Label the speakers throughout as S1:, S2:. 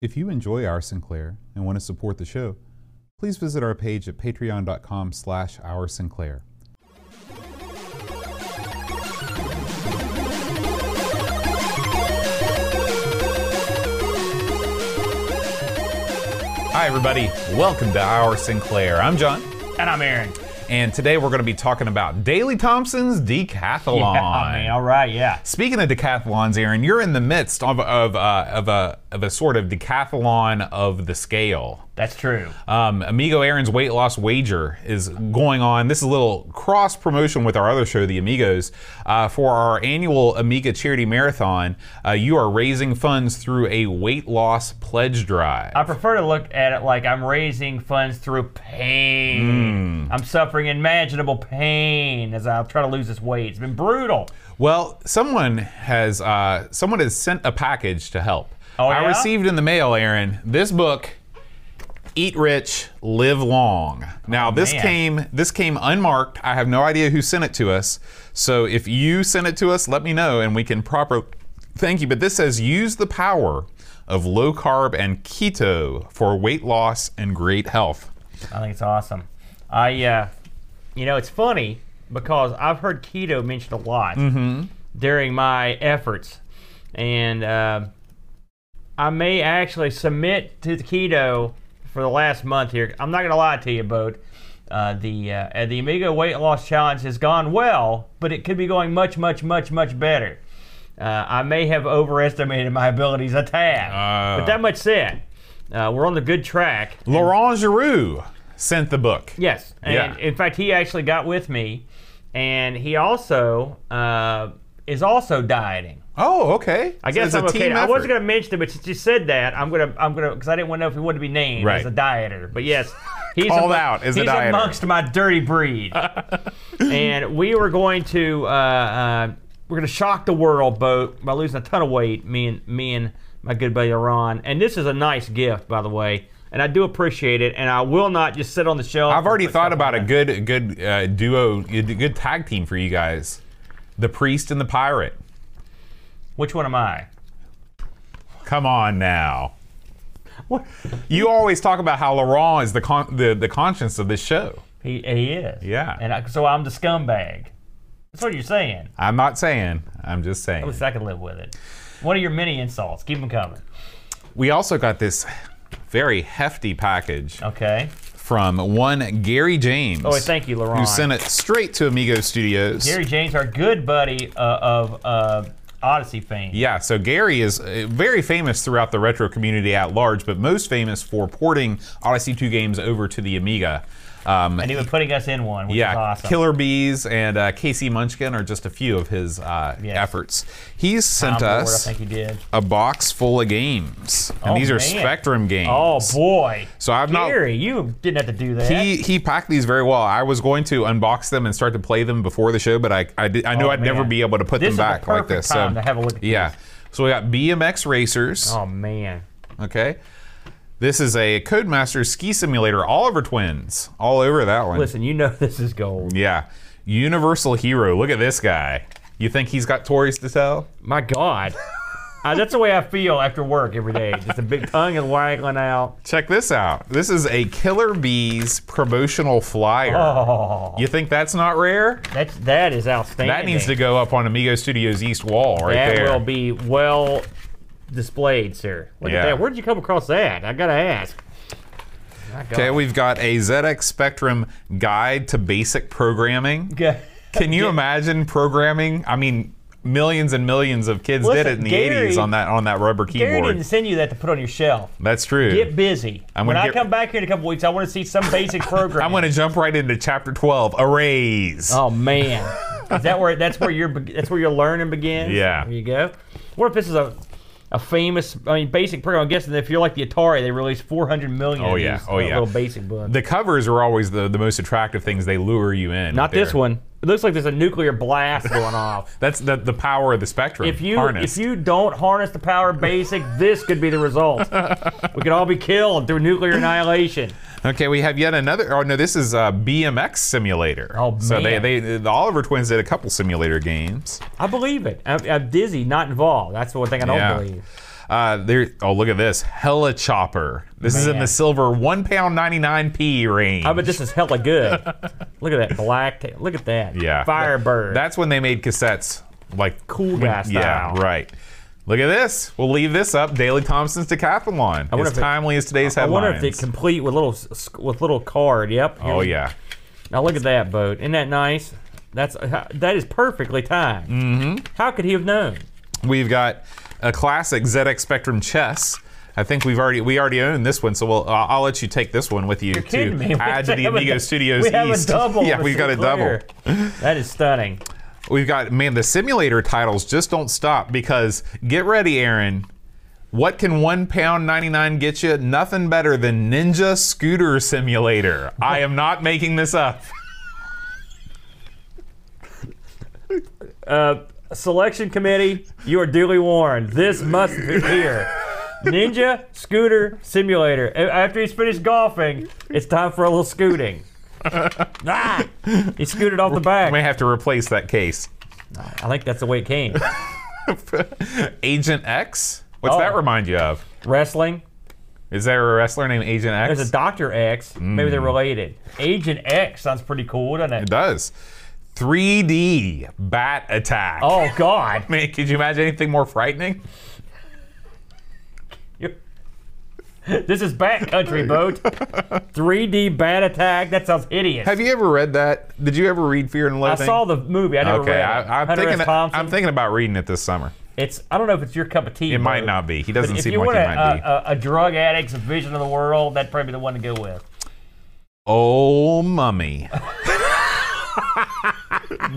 S1: If you enjoy Our Sinclair and want to support the show, please visit our page at patreon.com slash Our Sinclair. Hi, everybody. Welcome to Our Sinclair. I'm John,
S2: And I'm Aaron.
S1: and today we're going to be talking about Daley Thompson's decathlon.
S2: Yeah, man, all right, yeah.
S1: Speaking of decathlons, Aaron, you're in the midst of of, uh, of a of a sort of decathlon of the scale.
S2: That's true.
S1: Um, Amigo Aaron's weight loss wager is going on. This is a little cross promotion with our other show, The Amigos, uh, for our annual Amiga Charity Marathon. Uh, you are raising funds through a weight loss pledge drive.
S2: I prefer to look at it like I'm raising funds through pain. I'm suffering imaginable pain as I try to lose this weight. It's been brutal.
S1: Well, someone has uh, someone has sent a package to help.
S2: Oh,
S1: I
S2: yeah?
S1: received in the mail, Aaron, this book, Eat Rich, Live Long. Now this
S2: Oh, man.
S1: came this came unmarked. I have no idea who sent it to us. So if you sent it to us, let me know and we can proper thank you. But this says use the power of low carb and keto for weight loss and great health.
S2: I think it's awesome. I, uh, you know, it's funny because I've heard keto mentioned a lot during my efforts, and uh, I may actually submit to the keto for the last month here. I'm not gonna lie to you, Boat. Uh, the uh, uh, the Amigo weight loss challenge has gone well, but it could be going much, much, much, much better. Uh, I may have overestimated my abilities a tad,
S1: Ah.
S2: but that much said, uh, we're on the good track.
S1: Laurent Giroux sent the book.
S2: Yes, and
S1: Yeah.
S2: in fact, he actually got with me, and he also uh, is also dieting.
S1: Oh, okay.
S2: I guess I'm okay. I
S1: effort.
S2: wasn't gonna mention it, but since you said that, I'm gonna I'm gonna because I didn't want to know if he wanted to be named
S1: Right.
S2: as a dieter. But yes, he's
S1: Called
S2: amo-
S1: out as a
S2: he's
S1: dieter.
S2: amongst my dirty breed, and we were going to uh, uh, we're gonna shock the world, boat by losing a ton of weight. Me and me and my good buddy Ron, and this is a nice gift, by the way. And I do appreciate it, and I will not just sit on the shelf.
S1: I've already
S2: and put stuff
S1: thought
S2: on
S1: about
S2: there.
S1: a good a good uh, duo, a good tag team for you guys. The priest and the pirate.
S2: Which one am I?
S1: Come on now. You always talk about how Laurent is the con- the, the conscience of this show.
S2: He, he is.
S1: Yeah.
S2: And I, so I'm the scumbag. That's what you're saying.
S1: I'm not saying. I'm just saying.
S2: At least I can live with it. One of your many insults. Keep them coming.
S1: we also got this very hefty package
S2: Okay.
S1: from one Gary James.
S2: Oh, and thank you, Laurent.
S1: Who sent it straight to Amigo Studios.
S2: Gary James, our good buddy uh, of uh, Odyssey fame.
S1: Yeah, so Gary is uh, very famous throughout the retro community at large, but most famous for porting Odyssey 2 games over to the Amiga. Um,
S2: And he was putting us in one, which
S1: yeah,
S2: is awesome.
S1: Killer Bees and uh, Casey Munchkin are just a few of his uh,
S2: Yes.
S1: efforts. He's
S2: I'm
S1: sent
S2: bored,
S1: us
S2: I think he did.
S1: a box full of games, and
S2: Oh,
S1: these are
S2: man.
S1: Spectrum games.
S2: Oh, boy.
S1: So I've not-
S2: Gary, you didn't have to do that.
S1: He, he packed these very well. I was going to unbox them and start to play them before the show, but I I, did, I knew
S2: Oh,
S1: I'd never
S2: man.
S1: be able to put
S2: This
S1: them
S2: is the
S1: back like
S2: perfect
S1: this.
S2: time
S1: so
S2: to have a look at
S1: yeah. So we got BMX racers.
S2: oh, man.
S1: Okay. This is a Codemasters ski simulator. Oliver Twins, all over that one.
S2: Listen, you know this is gold.
S1: Yeah. Universal Hero. Look at this guy. You think he's got stories to tell?
S2: My God. Uh, that's the way I feel after work every day. Just a big tongue is waggling out.
S1: Check this out. This is a Killer Bees promotional flyer.
S2: Oh,
S1: You think that's not rare?
S2: that's that is outstanding.
S1: That needs to go up on Amigo Studios East Wall right
S2: that
S1: there.
S2: will be well displayed, sir. Look
S1: Yeah.
S2: at that. Where'd you come across that? I gotta ask. My God.
S1: okay, we've got a ZX Spectrum guide to basic programming.
S2: Ga-
S1: Can you imagine programming? I mean, millions and millions of kids did
S2: Listen,
S1: it in the
S2: Gary-
S1: 80s on that on that rubber
S2: Gary
S1: keyboard.
S2: didn't send you that to put on your shelf.
S1: That's true.
S2: Get busy.
S1: I'm
S2: when
S1: gonna
S2: I
S1: get-
S2: come back here in a couple weeks, I want to see some basic program.
S1: I'm going to jump right into chapter 12, arrays.
S2: Oh man, is that where that's where your be- that's where your learning begins?
S1: Yeah.
S2: There you go. What if this is a a famous, I mean, basic program? I'm guessing if you're like the Atari, they released 400 million.
S1: Oh,
S2: of
S1: yeah.
S2: these,
S1: Oh,
S2: uh,
S1: yeah.
S2: Little basic books.
S1: The covers are always the, the most attractive things. They lure you in.
S2: Not
S1: They're-
S2: this one. It looks like there's a nuclear blast going off.
S1: That's the, the power of the spectrum.
S2: If you
S1: harnessed.
S2: if you don't harness the power of basic, this could be the result. we could all be killed through nuclear annihilation.
S1: Okay, we have yet another. Oh no, this is a BMX simulator.
S2: Oh,
S1: So they
S2: man.
S1: they the Oliver twins did a couple simulator games.
S2: I believe it. I'm, I'm dizzy, not involved. That's the one thing I don't
S1: Yeah.
S2: believe.
S1: Uh, there. Oh, look at this. Hella Chopper. This is in
S2: Man.
S1: the silver one pound ninety nine p range.
S2: I bet this is hella good. look at that black. ta- look at that.
S1: Yeah.
S2: Firebird.
S1: That's when they made cassettes like
S2: Cool guy
S1: Yeah,
S2: style.
S1: right. Look at this. We'll leave this up. Daley Thompson's decathlon.
S2: wonder
S1: As
S2: if it-
S1: timely as today's
S2: I
S1: headlines.
S2: wonder if they complete with little s- s- with little card. Yep.
S1: oh
S2: Here's-
S1: yeah.
S2: Now look at that boat. Isn't that nice? That's uh, that is perfectly timed. Mm-hmm. How could he have known?
S1: We've got a classic ZX Spectrum chess. I think we've already we already own this one, so we'll I'll, I'll let you take this one with you to
S2: Kidding me? We
S1: add to the
S2: have a
S1: Amigo
S2: dou-
S1: Studios
S2: we have a
S1: East.
S2: double.
S1: yeah,
S2: Mr.
S1: we've got a double.
S2: Clear. that is stunning.
S1: We've got man, the simulator titles just don't stop because get ready, Aaron. What can one pound ninety nine get you? Nothing better than Ninja Scooter Simulator. I am not making this up.
S2: Uh, selection committee, you are duly warned. This must be here. Ninja Scooter Simulator. A- After he's finished golfing, it's time for a little scooting. ah! He scooted off the
S1: I may
S2: back.
S1: have to replace that case.
S2: I think that's the way it came.
S1: Agent X. What's
S2: Oh.
S1: that remind you of?
S2: Wrestling.
S1: Is there a wrestler named Agent X?
S2: There's a Dr. X. Maybe
S1: Hmm.
S2: they're related. Agent X sounds pretty cool, doesn't
S1: It
S2: it?
S1: does. 3D bat attack.
S2: Oh, God.
S1: man, could you imagine anything more frightening?
S2: You're- this is backcountry boat. 3D bat attack. That sounds hideous.
S1: Have you ever read that? Did you ever read Fear and
S2: I
S1: Loathing?
S2: saw the movie. I never
S1: Okay,
S2: read it.
S1: I, I'm
S2: Hunter S.
S1: thinking.
S2: Thompson.
S1: I'm thinking about reading it this summer.
S2: It's I don't know if it's your cup of tea.
S1: It might not be. He doesn't
S2: If
S1: seem
S2: you uh,
S1: like
S2: want
S1: he
S2: a,
S1: might be.
S2: a, a drug addict's vision of the world, that'd probably be the one to go with.
S1: oh, mummy.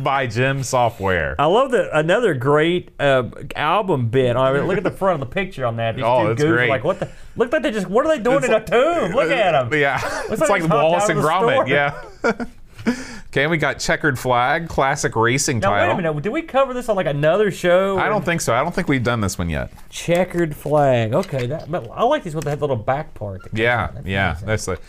S1: By Jim Software.
S2: I love that another great uh, album bit. I mean, look at the front of the picture on that. These
S1: Oh,
S2: two
S1: that's
S2: goofs are
S1: great.
S2: like what the? Look like they just what are they doing in
S1: like- uh,
S2: a tomb? Look at them.
S1: Yeah, it's
S2: like
S1: like
S2: it's hot
S1: Wallace
S2: down
S1: and
S2: in the
S1: Gromit.
S2: store.
S1: Yeah. okay, we got checkered flag, classic racing
S2: Now
S1: title.
S2: wait a minute. Did we cover this on like another show?
S1: I don't think so. I don't think we've done this one yet.
S2: checkered flag. Okay, that but I like these ones that have the little back part. that-
S1: Yeah, yeah. That's like,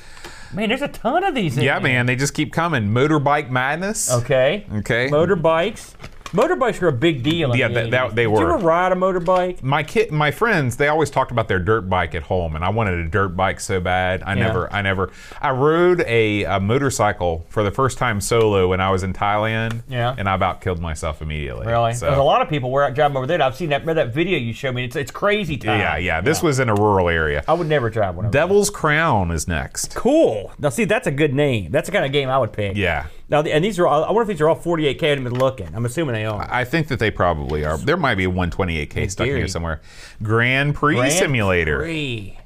S2: Man, there's a ton of these. in
S1: yeah,
S2: here.
S1: man. They just keep coming. Motorbike madness.
S2: Okay.
S1: Okay.
S2: Motorbikes. Motorbikes were a big deal. In
S1: Yeah,
S2: the
S1: that- that-
S2: 80s.
S1: they
S2: Did
S1: were.
S2: you ever ride a motorbike?
S1: my kid, my friends, they always talked about their dirt bike at home, and I wanted a dirt bike so bad. I
S2: Yeah.
S1: never, I never, I rode a, a motorcycle for the first time solo when I was in Thailand.
S2: Yeah.
S1: and I about killed myself immediely.
S2: Really?
S1: So-
S2: There's a lot of people where I drive them over there. I've seen that. Remember that video you showed me? It's it's crazy time.
S1: yeah, yeah. This was in a rural area.
S2: I would never drive one. Of them.
S1: Devil's Crown is next.
S2: Cool. Now see, that's a good name. That's the kind of game I would pick.
S1: Yeah,
S2: Now, the- and these are. all I wonder if these are all 48k. I haven't been looking. I'm assuming they are.
S1: I think that they probably are. There might be a 128k stuck in here
S2: theory.
S1: somewhere. Grand Prix
S2: Grand
S1: simulator.
S2: Prix.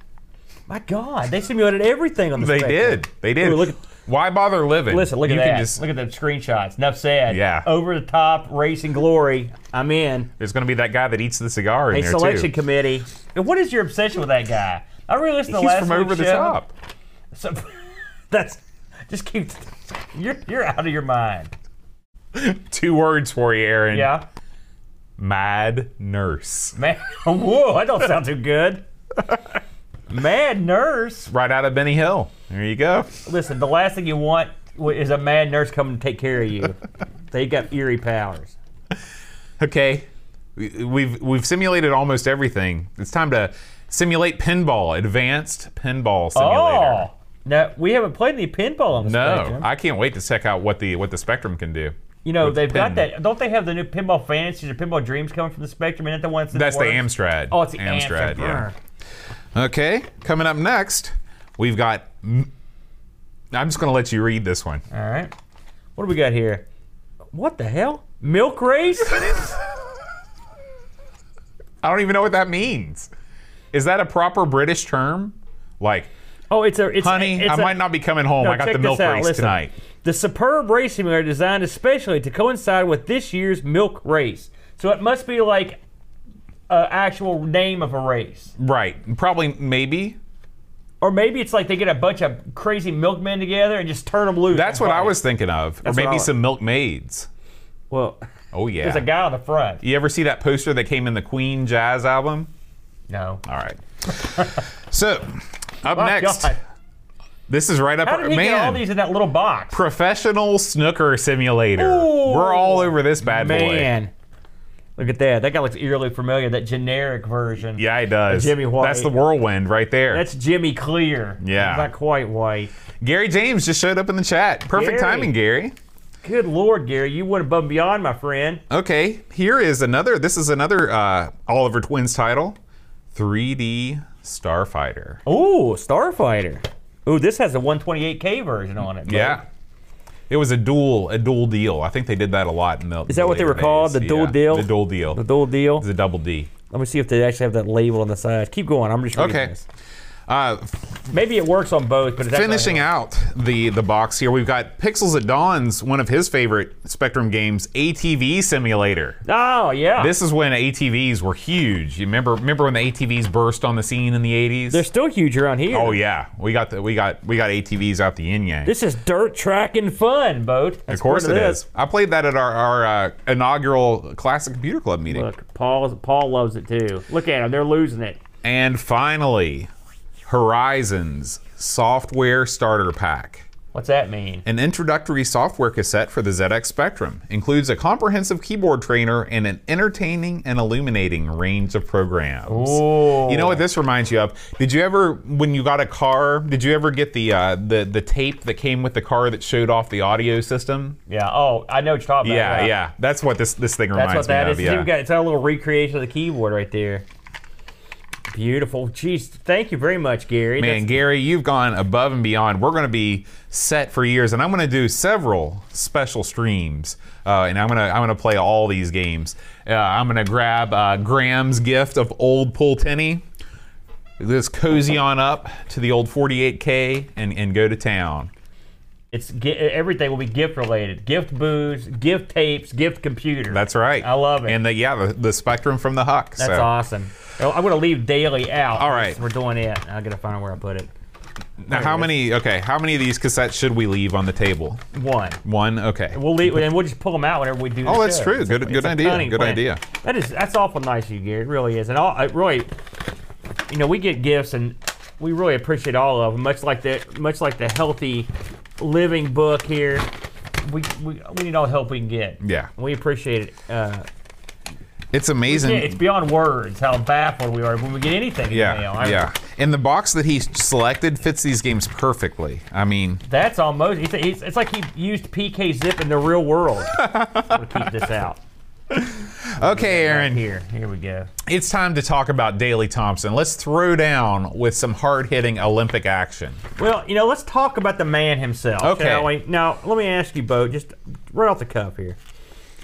S2: My God, they simulated everything on the.
S1: They
S2: Spectrum.
S1: did. They did.
S2: Ooh, look at-
S1: Why bother living?
S2: Listen, look at
S1: you Can
S2: that.
S1: just,
S2: Look at the screenshots. Enough said.
S1: Yeah.
S2: Over the top racing glory. I'm in.
S1: there's going to be that guy that eats the cigar in
S2: A
S1: there
S2: selection
S1: too.
S2: committee. And what is your obsession with that guy? I really listened to
S1: He's
S2: last
S1: from over
S2: week's
S1: the
S2: show.
S1: top.
S2: So, that's just keep. You're you're out of your mind.
S1: Two words for you, Aaron.
S2: Yeah,
S1: Mad nurse.
S2: man. Whoa, that don't sound too good. Mad nurse.
S1: Right out of Benny Hill. There you go.
S2: Listen, the last thing you want wa- is a mad nurse coming to take care of you. They got eerie powers.
S1: Okay. We- We've we've simulated almost everything. It's time to simulate pinball. Advanced pinball simulator.
S2: Oh, now we haven't played any pinball on the
S1: no,
S2: Spectrum.
S1: I can't wait to check out what the what the Spectrum can do.
S2: you know they've
S1: pin.
S2: got that. Don't they have the new pinball fantasies or pinball dreams coming from the Spectrum? Isn't that the one that's in
S1: That's the
S2: works?
S1: Amstrad.
S2: Oh, it's the
S1: Amstrad.
S2: Amstrad.
S1: Yeah. Okay. Coming up next, we've got. m- I'm just going to let you read this one.
S2: All right. What do we got here? What the hell? Milk race?
S1: I don't even know what that means. Is that a proper British term? Like,
S2: Oh, it's a. It's,
S1: honey,
S2: it's
S1: I
S2: a-
S1: might not be coming home.
S2: No,
S1: I got
S2: check
S1: the milk
S2: this out.
S1: race
S2: Listen.
S1: tonight.
S2: The superb race simulator designed especially to coincide with this year's milk race. So it must be like an actual name of a race.
S1: Right. Probably, maybe.
S2: Or maybe it's like they get a bunch of crazy milkmen together and just turn them loose.
S1: That's
S2: and
S1: what I
S2: fight.
S1: was thinking of.
S2: That's
S1: or
S2: what
S1: maybe
S2: I-
S1: some milkmaids.
S2: Well,
S1: Oh, yeah.
S2: there's a guy on the front.
S1: you ever see that poster that came in the Queen Jazz album?
S2: No.
S1: All right. so, up
S2: My
S1: next,
S2: Oh, God.
S1: this is right up
S2: How
S1: our
S2: did he
S1: man.
S2: get all these in that little box?
S1: Professional snooker simulator.
S2: Ooh.
S1: We're all over this bad boy.
S2: Man. Look at that. That guy looks eerily familiar. That generic version.
S1: Yeah, he does.
S2: Jimmy White.
S1: That's the whirlwind right there.
S2: That's Jimmy Clear.
S1: Yeah.
S2: He's not quite white.
S1: Gary James just showed up in the chat. Perfect
S2: Gary.
S1: timing, Gary.
S2: Good Lord, Gary. You went above and beyond, my friend.
S1: Okay, here is another. This is another uh, Oliver Twins title 3D Starfighter.
S2: Ooh, Starfighter. Ooh, this has a 128K version on it. bud.
S1: Yeah. It was a dual, a dual deal. I think they did that a lot in the. Is
S2: that what they were called? The dual deal?
S1: The dual deal.
S2: The dual deal.
S1: It's a double D.
S2: Let me see if they actually have that label on the side. Keep going. I'm just reading
S1: Okay.
S2: this.
S1: Uh,
S2: Maybe it works on both, but it's actually-
S1: finishing out the the box here, we've got Pixels at Dawn's one of his favorite Spectrum games, ATV Simulator.
S2: Oh yeah.
S1: This is when ATVs were huge. You remember remember when the ATVs burst on the scene in the 80s?
S2: They're still huge around here.
S1: oh yeah, we got the we got we got ATVs out the yin yang.
S2: This is dirt track and fun, boat.
S1: Of course it is. I played that at our, our uh, inaugural Classic Computer Club meeting.
S2: Look, Paul Paul loves it too. Look at him. They're losing it.
S1: And finally, Horizons Software Starter Pack.
S2: What's that mean?
S1: An introductory software cassette for the ZX Spectrum includes a comprehensive keyboard trainer and an entertaining and illuminating range of programs.
S2: Ooh.
S1: You know what this reminds you of? Did you ever, when you got a car, did you ever get the uh, the the tape that came with the car that showed off the audio system?
S2: Yeah. Oh, I know what you're talking about.
S1: Yeah, yeah. That's what this this thing
S2: That's
S1: reminds
S2: what that
S1: me
S2: is.
S1: of. Yeah.
S2: You've got- it's a little recreation of the keyboard right there. Beautiful. Jeez, thank you very much, Gary.
S1: Man, Gary, you've gone above and beyond. We're going to be set for years, and I'm going to do several special streams, uh, and I'm going to I'm going to play all these games. Uh, I'm going to grab uh, Graham's gift of old Pull Tenny. Let's cozy on up to the old 48K and, and go to town.
S2: It's gi- everything will be gift related. Gift booze, gift tapes, gift computer.
S1: That's right.
S2: I love it.
S1: And the, yeah, the, the spectrum from the Huck.
S2: That's
S1: so
S2: awesome. Oh, I'm gonna leave daily out.
S1: All right.
S2: We're doing it. I gotta find where I put it.
S1: Now, how many? Okay, how many of these cassettes should we leave on the table?
S2: One.
S1: One. Okay.
S2: We'll leave, and we'll just pull them out whenever we do.
S1: Oh,
S2: the
S1: that's
S2: show.
S1: true.
S2: It's
S1: Good-
S2: a-
S1: good
S2: it's a
S1: idea.
S2: cunning
S1: Good
S2: plan.
S1: idea.
S2: That is that's awful nice of you, Gary. It really is, and all I really, you know, we get gifts and we really appreciate all of them. Much like the much like the healthy living book here, we we, we need all the help we can get.
S1: Yeah.
S2: We appreciate it. Uh,
S1: It's amazing.
S2: yeah, it's beyond words how baffled we are when we get anything in the
S1: Yeah,
S2: mail. I-
S1: yeah. And the box that he selected fits these games perfectly. I mean,
S2: That's almost. It's, it's, it's like he used PK Zip in the real world. we'll keep this out.
S1: okay, Aaron,
S2: Here, here we go.
S1: it's time to talk about Daley Thompson. Let's throw down with some hard-hitting Olympic action.
S2: Well, you know, let's talk about the man himself.
S1: Okay.
S2: shall we? Now, let me ask you, Bo, just right off the cuff here.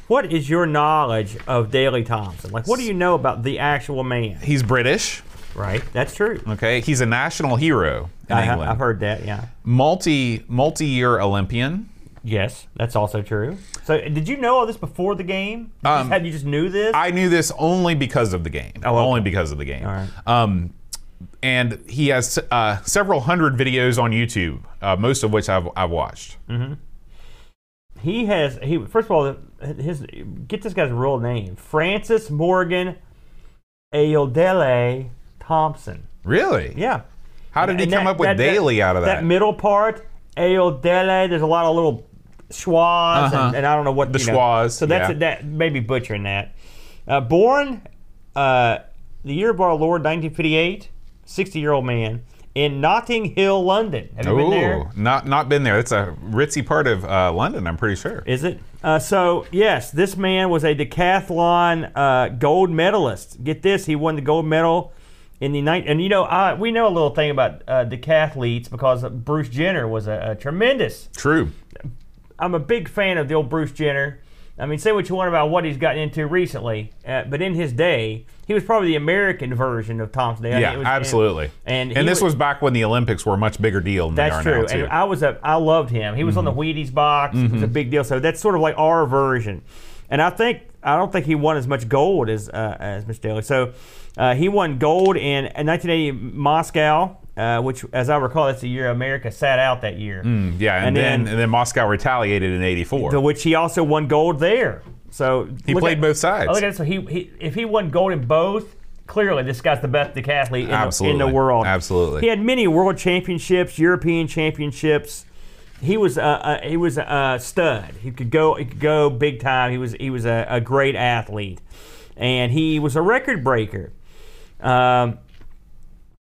S2: What is your knowledge of Daley Thompson? Like, what do you know about the actual man?
S1: He's British,
S2: Right? That's true.
S1: okay? He's a national hero in
S2: I,
S1: England.
S2: have Uh-huh, heard that, yeah.
S1: Multi multi-year Olympian.
S2: Yes, that's also true. So, did you know all this before the game? Did you,
S1: Um,
S2: just, had- you just knew this?
S1: I knew this only because of the game.
S2: Oh, okay.
S1: Only because of the game.
S2: All right.
S1: Um, and he has uh, several hundred videos on YouTube, uh, most of which I've, I've watched.
S2: Mm. he has, he first of all, his get this guy's real name Francis Morgan Ayodele Thompson.
S1: Really?
S2: Yeah.
S1: How did he
S2: And
S1: come
S2: that-
S1: up with
S2: that-
S1: Daley out of
S2: That middle part, Aeodele, there's a lot of little schwas,
S1: Uh-huh.
S2: and, and I don't know what
S1: The
S2: you know.
S1: schwas,
S2: So that's
S1: yeah.
S2: that maybe butchering that. Uh, born uh, the year of our Lord 1958, 60 year old man in Notting Hill, London. Have you been there?
S1: not not been there. That's a ritzy part of uh, London, I'm pretty sure.
S2: Is it? Uh, so yes, this man was a decathlon uh, gold medalist. Get this, he won the gold medal in the night. And you know, I, we know a little thing about uh, decathletes because Bruce Jenner was a, a tremendous
S1: True.
S2: I'm a big fan of the old Bruce Jenner. I mean, say what you want about what he's gotten into recently, uh, but in his day, he was probably the American version of Thompson. I mean,
S1: Yeah,
S2: it was-
S1: absolutely.
S2: and
S1: And,
S2: he
S1: this was,
S2: was-
S1: back when the Olympics were a much bigger deal than
S2: That's
S1: they are
S2: true.
S1: now, too.
S2: And I was a, I loved him. He was on the Wheaties box. It was a big deal. So that's sort of like our version. And I think I don't think he won as much gold as uh, as Mr. Daly. So uh, he won gold in, in 1980 Moscow, uh, which, as I recall, that's the year America sat out that year.
S1: yeah, and,
S2: and
S1: then,
S2: then-
S1: and then Moscow retaliated in '84.
S2: to which he also won gold there. So
S1: he played both sides.
S2: Look at it. So he, he if he won gold in both, clearly this guy's the best decathlete in, the, in
S1: Absolutely.
S2: the world.
S1: Absolutely.
S2: He had many world championships, European championships. He was a, a he was a stud. He could go he could go big time. He was he was a, a great athlete. and he was a record breaker. Um,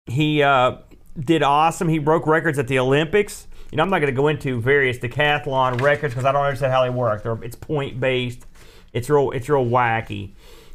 S2: he uh, did awesome. He broke records at the Olympics. You know, I'm not going to go into various decathlon records because I don't understand how they work. They're, it's point based. It's real. It's real wacky.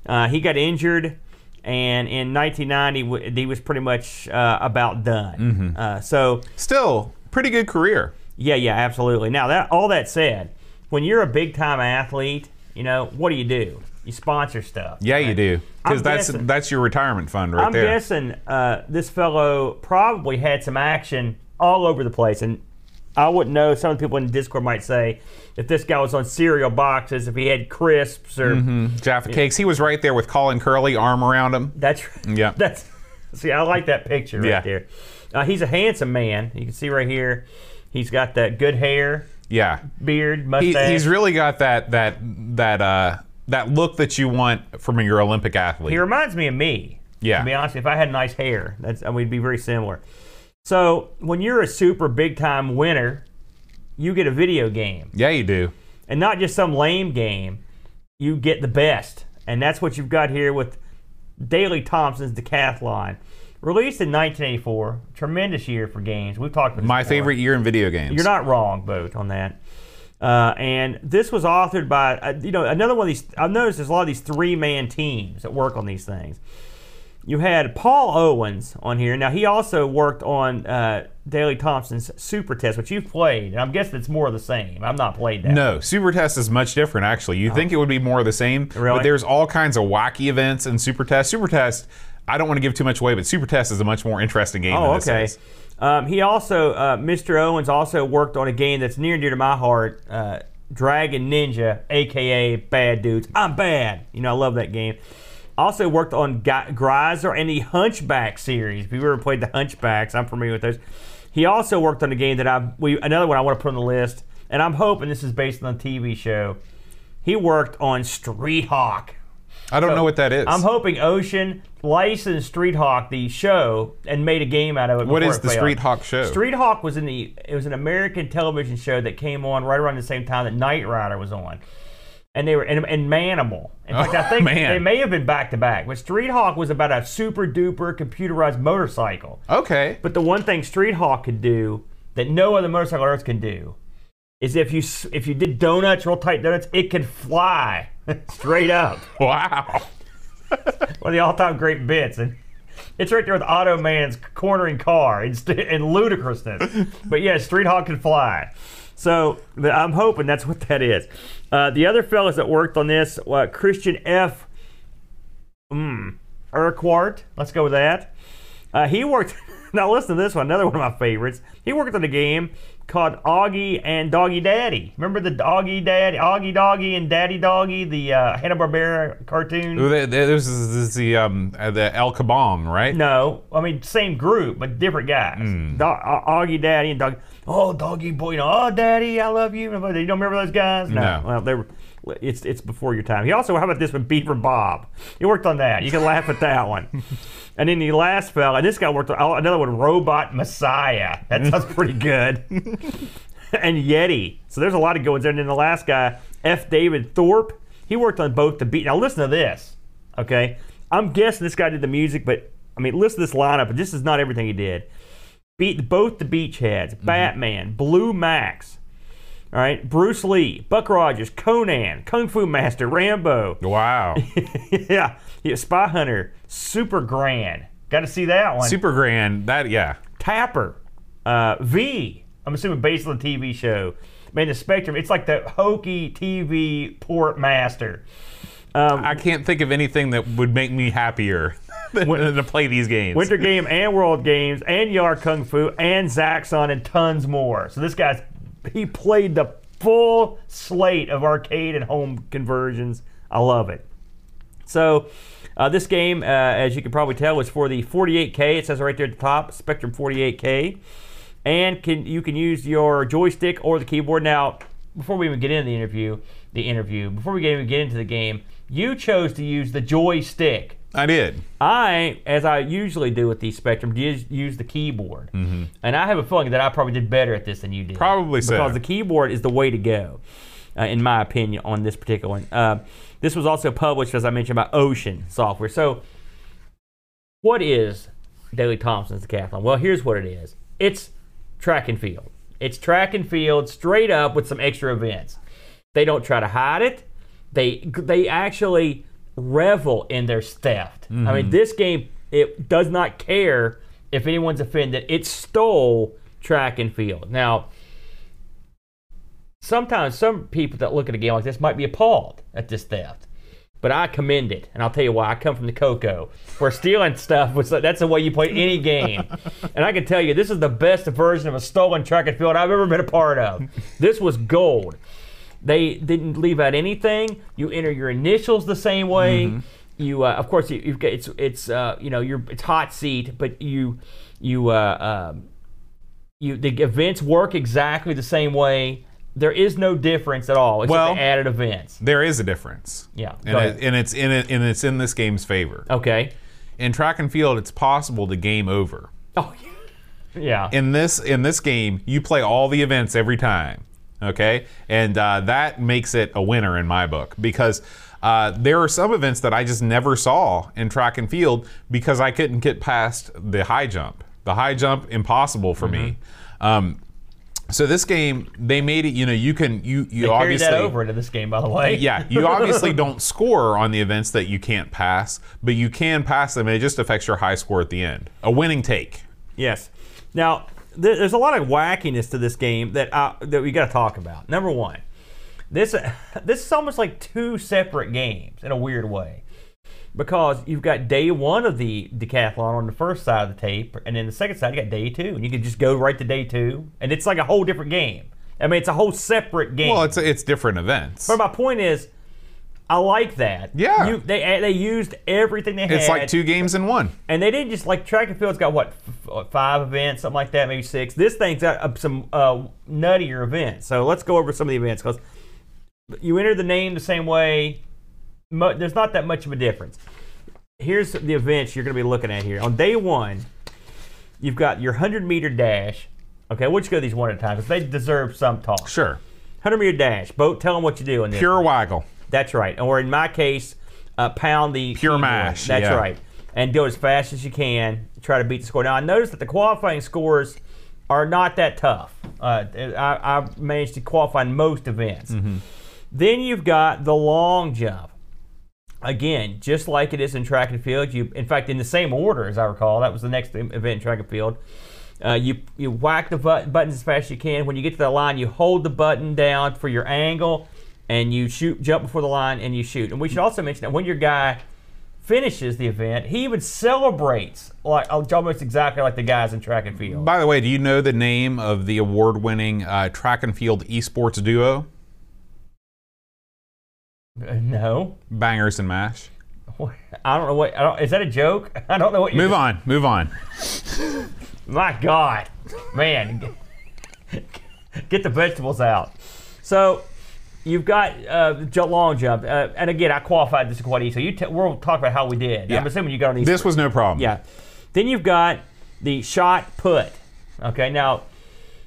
S2: Uh, he got injured, and in 1990, w- he was pretty much uh, about done. Uh, so
S1: Still, pretty good career.
S2: yeah, yeah, absolutely. Now that all that said, when you're a big time athlete, you know what do you do? You sponsor stuff.
S1: Yeah, you do. Because
S2: I'm
S1: that's
S2: guessing.
S1: that's your retirement fund right
S2: I'm
S1: there.
S2: guessing uh, this fellow probably had some action all over the place, and I wouldn't know. Some of the people in Discord might say if this guy was on cereal boxes, if he had crisps, or
S1: Jaffa Mm-hmm. Cakes. He was right there with Colin Curley, arm around him.
S2: that's
S1: Yeah.
S2: That's see, I like that picture
S1: Yeah.
S2: right there. Uh, he's a handsome man. You can see right here, he's got that good hair,
S1: Yeah.
S2: beard,
S1: He,
S2: mustache.
S1: he's really got that that that uh that look that you want from your Olympic athlete.
S2: He reminds me of me.
S1: Yeah.
S2: To be honest, if I had nice hair, that's uh, we'd be very similar. So when you're a super big time winner, you get a video game,
S1: Yeah, you do.
S2: and not just some lame game. You get the best, and that's what you've got here with Daley Thompson's Decathlon, released in 1984. Tremendous year for games. We've talked about this
S1: My
S2: before.
S1: favorite year in video games.
S2: You're not wrong, Boat, on that. Uh, and this was authored by, uh, you know, another one of these. I've noticed there's a lot of these three man teams that work on these things. You had Paul Owens on here. Now, he also worked on uh, Daley Thompson's Super Test, which you've played. And I'm guessing it's more of the same. I've not played that.
S1: No, Super Test is much different, actually. You think it would be more of the same,
S2: Oh. Really?
S1: but there's all kinds of wacky events in Super Test. Super Test, I don't want to give too much away, but Super Test is a much more interesting game.
S2: Oh,
S1: than this
S2: okay.
S1: is.
S2: Um, he also, uh, Mr. Owens also worked on a game that's near and dear to my heart, uh, Dragon Ninja, aka Bad Dudes. I'm bad. You know, I love that game. Also worked on Ga- Grisor and the Hunchback series. If you've ever played the Hunchbacks, I'm familiar with those. He also worked on a game that I, we, another one I want to put on the list, and I'm hoping this is based on a TV show. He worked on Street Hawk.
S1: I don't know what that is.
S2: I'm hoping Ocean licensed Street Hawk, the show, and made a game out of it.
S1: What
S2: before
S1: is
S2: it
S1: the
S2: failed.
S1: Street Hawk show?
S2: Street Hawk was in the it was an American television show that came on right around the same time that Knight Rider was on. And they were and, and Manimal. In fact, I
S1: Oh,
S2: think
S1: man.
S2: they may have been back to back. But Street Hawk was about a super duper computerized motorcycle.
S1: okay.
S2: But the one thing Street Hawk could do that no other motorcycle on earth can do is if you s- if you did donuts, real tight donuts, it could fly straight up
S1: Wow.
S2: one of the all-time great bits, and it's right there with Auto Man's cornering car and, st- and ludicrousness. but yeah, Street Hawk can fly. So th- I'm hoping that's what that is. Uh, the other fellas that worked on this, uh, Christian F. Mm, Urquhart. Let's go with that. Uh, he worked. Now listen to this one. Another one of my favorites. He worked on a game called Augie and Doggy Daddy. Remember the Augie Daddy, Augie Doggy and Daddy Doggy, the uh, Hanna Barbera cartoon.
S1: Ooh, th- th- This is this is the um, uh, the El Kabam, right? Hmm.
S2: No, I mean same group, but different guys. Do- uh, Augie Daddy and Dog. Oh, Doggy Boy. You know, oh, Daddy, I love you. You don't remember those guys?
S1: No.
S2: Well, they were. It's it's before your time. He also how about this with Beaver Bob? He worked on that. You can laugh at that one. And then the last fella, and this guy worked on oh, another one, Robot Messiah. That sounds pretty good. and Yeti. So there's a lot of goings there. And then the last guy, F. David Thorpe, he worked on both the beat. Now listen to this, okay? I'm guessing this guy did the music, but I mean, listen to this lineup. But this is not everything he did. Beat both the Beachheads, Batman, Blue Max, all right, Bruce Lee, Buck Rogers, Conan, Kung Fu Master, Rambo.
S1: Wow.
S2: yeah, yeah, Spy Hunter, Super Grand. Got to see that one.
S1: Super grand. That yeah.
S2: Tapper, uh, V. I'm assuming based on the TV show. Man, the Spectrum. It's like the hokey TV port master.
S1: I can't think of anything that would make me happier than, than to play these games.
S2: Winter Game and World Games and Yar Kung Fu and Zaxxon and tons more. So this guy's he played the full slate of arcade and home conversions. I love it. So uh, this game, uh, as you can probably tell, was for the 48K. It says right there at the top, Spectrum 48K, and can you can use your joystick or the keyboard. Now, before we even get into the interview, the interview before we even get into the game, you chose to use the joystick.
S1: I did.
S2: I, as I usually do with these Spectrum, use, use the keyboard, mm-hmm. and I have a feeling that I probably did better at this than you did.
S1: Probably so.
S2: because the keyboard is the way to go. uh, in my opinion, on this particular one. Uh, this was also published, as I mentioned, by Ocean Software. So, what is Daley Thompson's decathlon? Well, here's what it is it's track and field. It's track and field straight up with some extra events. They don't try to hide it. They they actually revel in their theft. I mean, this game it does not care if anyone's offended. It stole track and field. Now, sometimes some people that look at a game like this might be appalled at this theft. But I commend it, and I'll tell you why. I come from the Coco, where stealing stuff was that's the way you play any game. and I can tell you, this is the best version of a stolen track and field I've ever been a part of. This was gold. They didn't leave out anything. You enter your initials the same way. You, uh, of course, you, you've got it's it's uh, you know you're it's hot seat, but you you uh, um, you the events work exactly the same way. There is no difference at all. It's
S1: Well-
S2: just the added events.
S1: There is a difference.
S2: Yeah,
S1: And, it,
S2: go ahead.
S1: and it's in it, and it's in this game's favor.
S2: Okay.
S1: In track and field, it's possible to game over.
S2: Oh, yeah.
S1: in this in this game, you play all the events every time. Okay, and uh, that makes it a winner in my book because uh, there are some events that I just never saw in track and field because I couldn't get past the high jump. The high jump impossible for me.
S2: Mm-hmm.
S1: Um, so this game, they made it. You know, you can you you
S2: Carry
S1: obviously
S2: that over into this game, by the way.
S1: yeah, you obviously don't score on the events that you can't pass, but you can pass them, and it just affects your high score at the end. A winning take.
S2: Yes. Now, th- there's a lot of wackiness to this game that I, that we got to talk about. Number one, this this is almost like two separate games in a weird way, because you've got day one of the decathlon on the first side of the tape, and then the second side you got day two, and you can just go right to day two, and it's like a whole different game. I mean, it's a whole separate game.
S1: Well, it's it's different events.
S2: But my point is, I like that.
S1: Yeah.
S2: You, they they used everything they had.
S1: It's like two games in one.
S2: And they didn't just like track and field's got what f- f- five events, something like that, maybe six. This thing's got uh, some uh, nuttier events. So let's go over some of the events because you enter the name the same way. Mo- there's not that much of a difference. Here's the events you're going to be looking at here. On day one, you've got your 100 meter dash. Okay, we'll just go these one at a time because they deserve some talk.
S1: Sure.
S2: 100 meter dash. Boat, tell them what you do in this.
S1: Pure waggle.
S2: That's right. Or in my case, uh, pound the
S1: Pure
S2: keyboard.
S1: mash,
S2: That's
S1: yeah.
S2: right. And go as fast as you can. Try to beat the score. Now I noticed that the qualifying scores are not that tough. Uh, I, I managed to qualify in most events.
S1: Mm-hmm.
S2: Then you've got the long jump. Again, just like it is in track and field, you in fact in the same order as I recall. That was the next event in track and field. Uh, you you whack the bu- buttons as fast as you can. When you get to the line, you hold the button down for your angle, and you shoot jump before the line, and you shoot. And we should also mention that when your guy finishes the event, he even celebrates like uh, almost exactly like the guys in track and field.
S1: By the way, do you know the name of the award winning uh, track and field esports duo?
S2: Uh, no,
S1: Bangers and Mash.
S2: I don't know what. I don't, is that a joke? I don't know what.
S1: Move on, move on.
S2: My God, man, get- get the vegetables out. So you've got uh, ju- long jump, uh, and again, I qualified this quite easy. So you t- we'll talk about how we did.
S1: Yeah.
S2: I'm assuming you got on these.
S1: This was no problem.
S2: yeah. Then you've got the shot put. Okay, now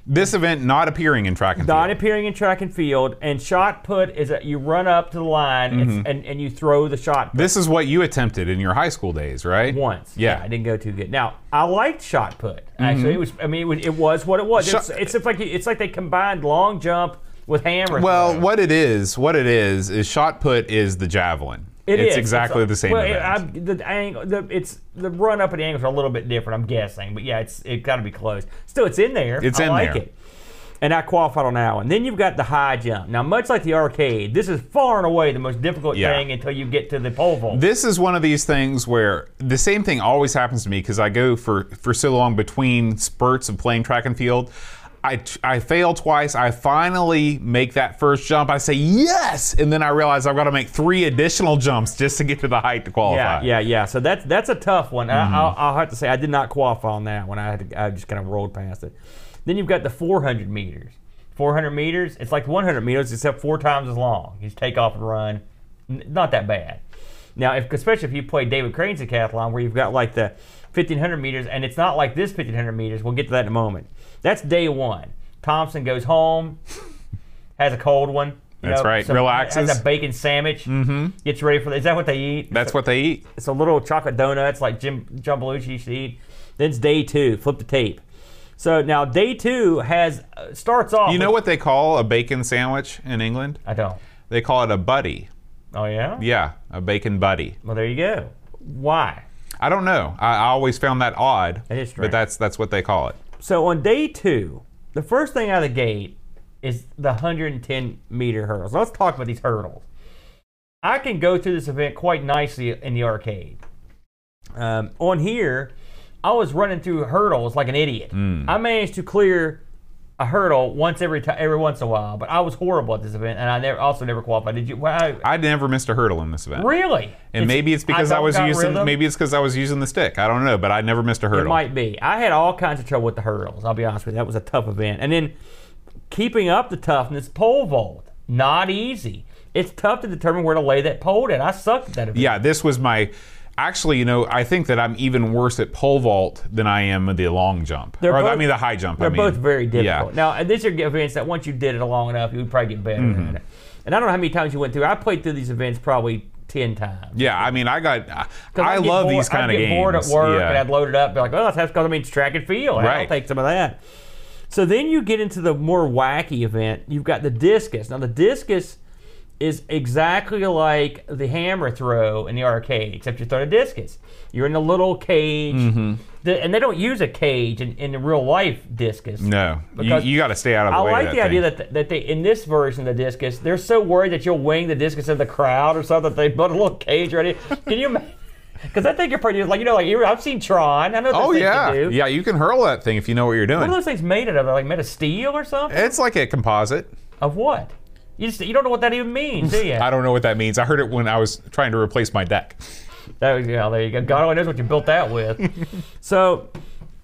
S1: This event not appearing in track and
S2: not
S1: field.
S2: appearing in track and field, and shot put is that you run up to the line and,
S1: Mm-hmm.
S2: and, and you throw the shot put
S1: This is what you attempted in your high school days, right?
S2: once.
S1: Yeah. Mm-hmm.
S2: I didn't go too good. Now I liked shot put. Actually, it was. I mean, it was, it was what it was.
S1: Shot-
S2: it's, it's if like it's like they combined long jump with hammer.
S1: Well,
S2: throw.
S1: what it is, what it is, is shot put is the javelin.
S2: It
S1: it's
S2: is.
S1: exactly
S2: It's-
S1: the same
S2: Well, it-
S1: event.
S2: I'm- the angle, the, it's the run up and the angles are a little bit different. I'm guessing, but yeah, it's it got to be close. Still, it's in there.
S1: It's
S2: I
S1: in
S2: like
S1: there.
S2: it. And I qualified on that one. Then you've got the high jump. Now, much like the arcade, this is far and away the most difficult
S1: Yeah.
S2: thing until you get to the pole vault.
S1: this is one of these things where the same thing always happens to me because I go for, for so long between spurts of playing track and field. I, I fail twice. I finally make that first jump. I say yes, and then I realize I've got to make three additional jumps just to get to the height to qualify. Mm-hmm.
S2: Yeah, yeah, yeah. So that's that's a tough one. I, I'll, I'll have to say I did not qualify on that one. I had to, I just kind of rolled past it. Then you've got the 400 meters. 400 meters. It's like 100 meters except four times as long. You just take off and run. N- not that bad. Now, if especially if you play David Crane's decathlon, where you've got like the 1500 meters, and it's not like this 1500 meters. We'll get to that in a moment. That's day one. Thompson goes home, has a cold one. you
S1: That's
S2: know,
S1: right.
S2: some-
S1: Relaxes.
S2: Has a bacon sandwich. Mm-hmm. Gets ready for. Is that what they eat?
S1: That's what they eat.
S2: It's a little chocolate donuts like Jim John Belushi used to eat. Then it's day two. Flip the tape. So now day two has uh, starts off.
S1: You know
S2: with-
S1: what they call a bacon sandwich in England?
S2: I don't.
S1: They call it a buddy.
S2: Oh yeah.
S1: Yeah, a bacon buddy.
S2: Well, there you go. Why?
S1: I don't know. I, I always found that odd.
S2: That is
S1: but
S2: strange.
S1: that's that's what they call it.
S2: So on day two, the first thing out of the gate is the 110 meter hurdles. Let's talk about these hurdles. I can go through this event quite nicely in the arcade. Um, on here, I was running through hurdles like an idiot.
S1: Mm.
S2: I managed to clear a hurdle once every time, every once in a while, but I was horrible at this event, and I never also never qualified. Did you? Wow,
S1: I never missed a hurdle in this event.
S2: really?
S1: And maybe it's because I,
S2: don't
S1: was
S2: got
S1: using
S2: rhythm?
S1: maybe it's because I was using the stick. I don't know, but I never missed a
S2: It
S1: hurdle.
S2: might be. I had all kinds of trouble with the hurdles. I'll be honest with you. That was a tough event. And then keeping up the toughness, pole vault, not easy. It's tough to determine where to lay that pole down. I sucked at that event.
S1: Yeah, this was my. Actually, you know, I think that I'm even worse at pole vault than I am at the long jump.
S2: They're
S1: or I
S2: both-
S1: mean the high jump.
S2: They're
S1: I mean.
S2: both very difficult.
S1: Yeah.
S2: Now, and these are events that once you did it long enough, you would probably get better
S1: Mm-hmm.
S2: at it. And I don't know how many times you went through. I played through these events probably ten times.
S1: Yeah, I mean, I got. I,
S2: 'Cause I'd get
S1: love
S2: bored-
S1: these kind
S2: I'd
S1: of games.
S2: get bored at work
S1: yeah.
S2: and I'd load it up. Be like, oh, that's because I mean it's track and field. I'll
S1: Right.
S2: take some of that. So then you get into the more wacky event. You've got the discus. Now the discus is exactly like the hammer throw in the arcade, except you throw a discus. You're in a little cage,
S1: Mm-hmm.
S2: The- and they don't use a cage in, in the real life discus.
S1: no, you,
S2: Because
S1: you got to stay out of the
S2: I
S1: way. of
S2: like
S1: that
S2: the idea
S1: thing.
S2: that, th- that they in this version of the discus, they're so worried that you'll wing the discus in the crowd or something. They put a little cage ready. Can you? Because I think you're pretty like you know like you I've seen Tron. I know. What
S1: Oh
S2: those things
S1: yeah,
S2: can do.
S1: yeah. You can hurl that thing if you know what you're
S2: What are
S1: doing.
S2: those things made out of? Like made of steel or something?
S1: It's like a composite.
S2: Of what? You just you don't know what that even means, do you?
S1: I don't know what that means. I heard it when I was trying to replace my deck.
S2: That was, yeah, there you go. God only knows what you built that with. so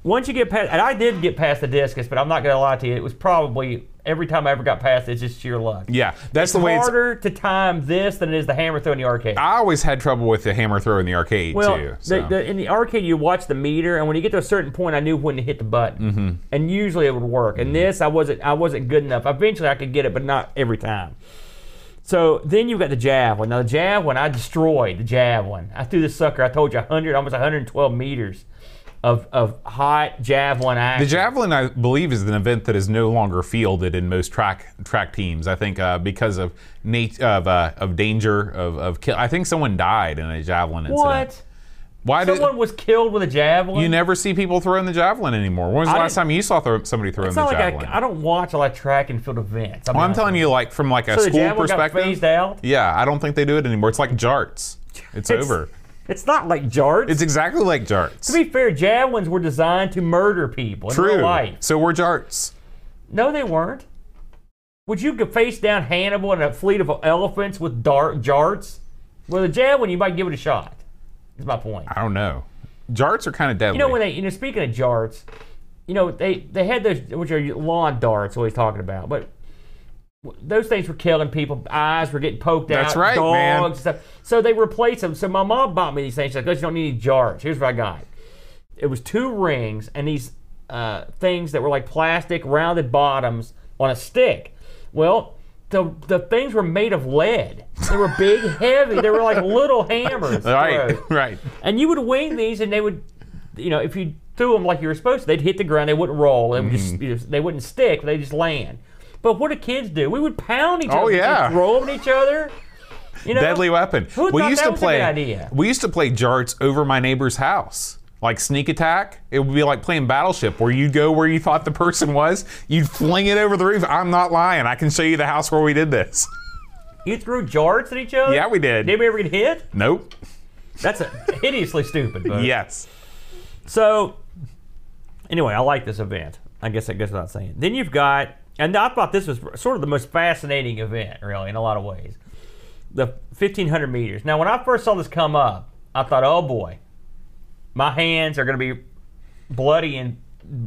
S2: once you get past, and I did get past the discus, but I'm not gonna lie to you, it was probably every time I ever got past, it's just sheer luck.
S1: Yeah, that's the way. It's,
S2: harder to time this than it is the hammer throw in the arcade.
S1: I always had trouble with the hammer throw in the arcade
S2: Well,
S1: too.
S2: the-
S1: So.
S2: the- in the arcade, you watch the meter, and when you get to a certain point, I knew when to hit the button,
S1: Mm-hmm.
S2: and usually it would work. And this, I wasn't, I wasn't good enough. Eventually, I could get it, but not every time. So then you've got the javelin. Now the javelin, I destroyed the javelin. I threw this sucker. I told you 100, almost 112 meters of of hot javelin action.
S1: The javelin, I believe, is an event that is no longer fielded in most track track teams. I think uh, because of nat- of, uh, of danger of, of kill. I think someone died in a javelin incident.
S2: what?
S1: Why did
S2: Someone was killed with a javelin.
S1: you never see people throwing the javelin anymore? When was the
S2: I
S1: last
S2: didn't-
S1: time you saw throw, somebody throwing
S2: it's
S1: the
S2: not like
S1: javelin?
S2: I, I don't watch a lot of track and field events.
S1: well, I'm telling you, like from like a
S2: So the
S1: school
S2: javelin got
S1: perspective.
S2: phased out.
S1: yeah, I don't think they do it anymore. It's like jarts. It's, over.
S2: It's not like jarts.
S1: It's exactly like jarts.
S2: To be fair, javelins were designed to murder people in
S1: True.
S2: real life.
S1: So we're jarts.
S2: No, they weren't. Would you go face down Hannibal and a fleet of elephants with dart jarts? With a javelin, you might give it a shot. Is my point.
S1: I don't know. Jarts are kind of deadly.
S2: You know when they, you know, speaking of jarts, you know they they had those which are lawn darts, always talking about, but w- those things were killing people. Eyes were getting poked
S1: That's
S2: out.
S1: right,
S2: dogs
S1: man.
S2: and stuff. So they replaced them. So my mom bought me these things. She's like, "Guys, you don't need any jarts." Here's what I got. It was two rings and these uh, things that were like plastic rounded bottoms on a stick. Well. The, the things were made of lead. They were big, heavy. They were like little hammers.
S1: right,
S2: throws.
S1: right.
S2: And you would wing these, and they would, you know, if you threw them like you were supposed to, they'd hit the ground. They wouldn't roll. They would just,
S1: Mm-hmm.
S2: you know, they wouldn't stick. They just land. But what do kids do? We would pound each other.
S1: Oh,
S2: We'd just
S1: yeah.
S2: throw them at each other. You know,
S1: Deadly weapon.
S2: Who
S1: we
S2: thought
S1: used
S2: that
S1: to
S2: was a good
S1: play.
S2: idea?
S1: We used to play jarts over my neighbor's house, like sneak attack. It would be like playing Battleship, where you'd go where you thought the person was, you'd fling it over the roof. I'm not lying. I can show you the house where we did this.
S2: You threw jarts at each other.
S1: Yeah, we did.
S2: Did anybody ever get hit?
S1: Nope.
S2: That's a, hideously stupid. But.
S1: Yes.
S2: So, anyway, I like this event. I guess that goes without saying. Then you've got, and I thought this was sort of the most fascinating event, really, in a lot of ways. The 1500 meters. Now, when I first saw this come up, I thought, oh boy, my hands are going to be bloody and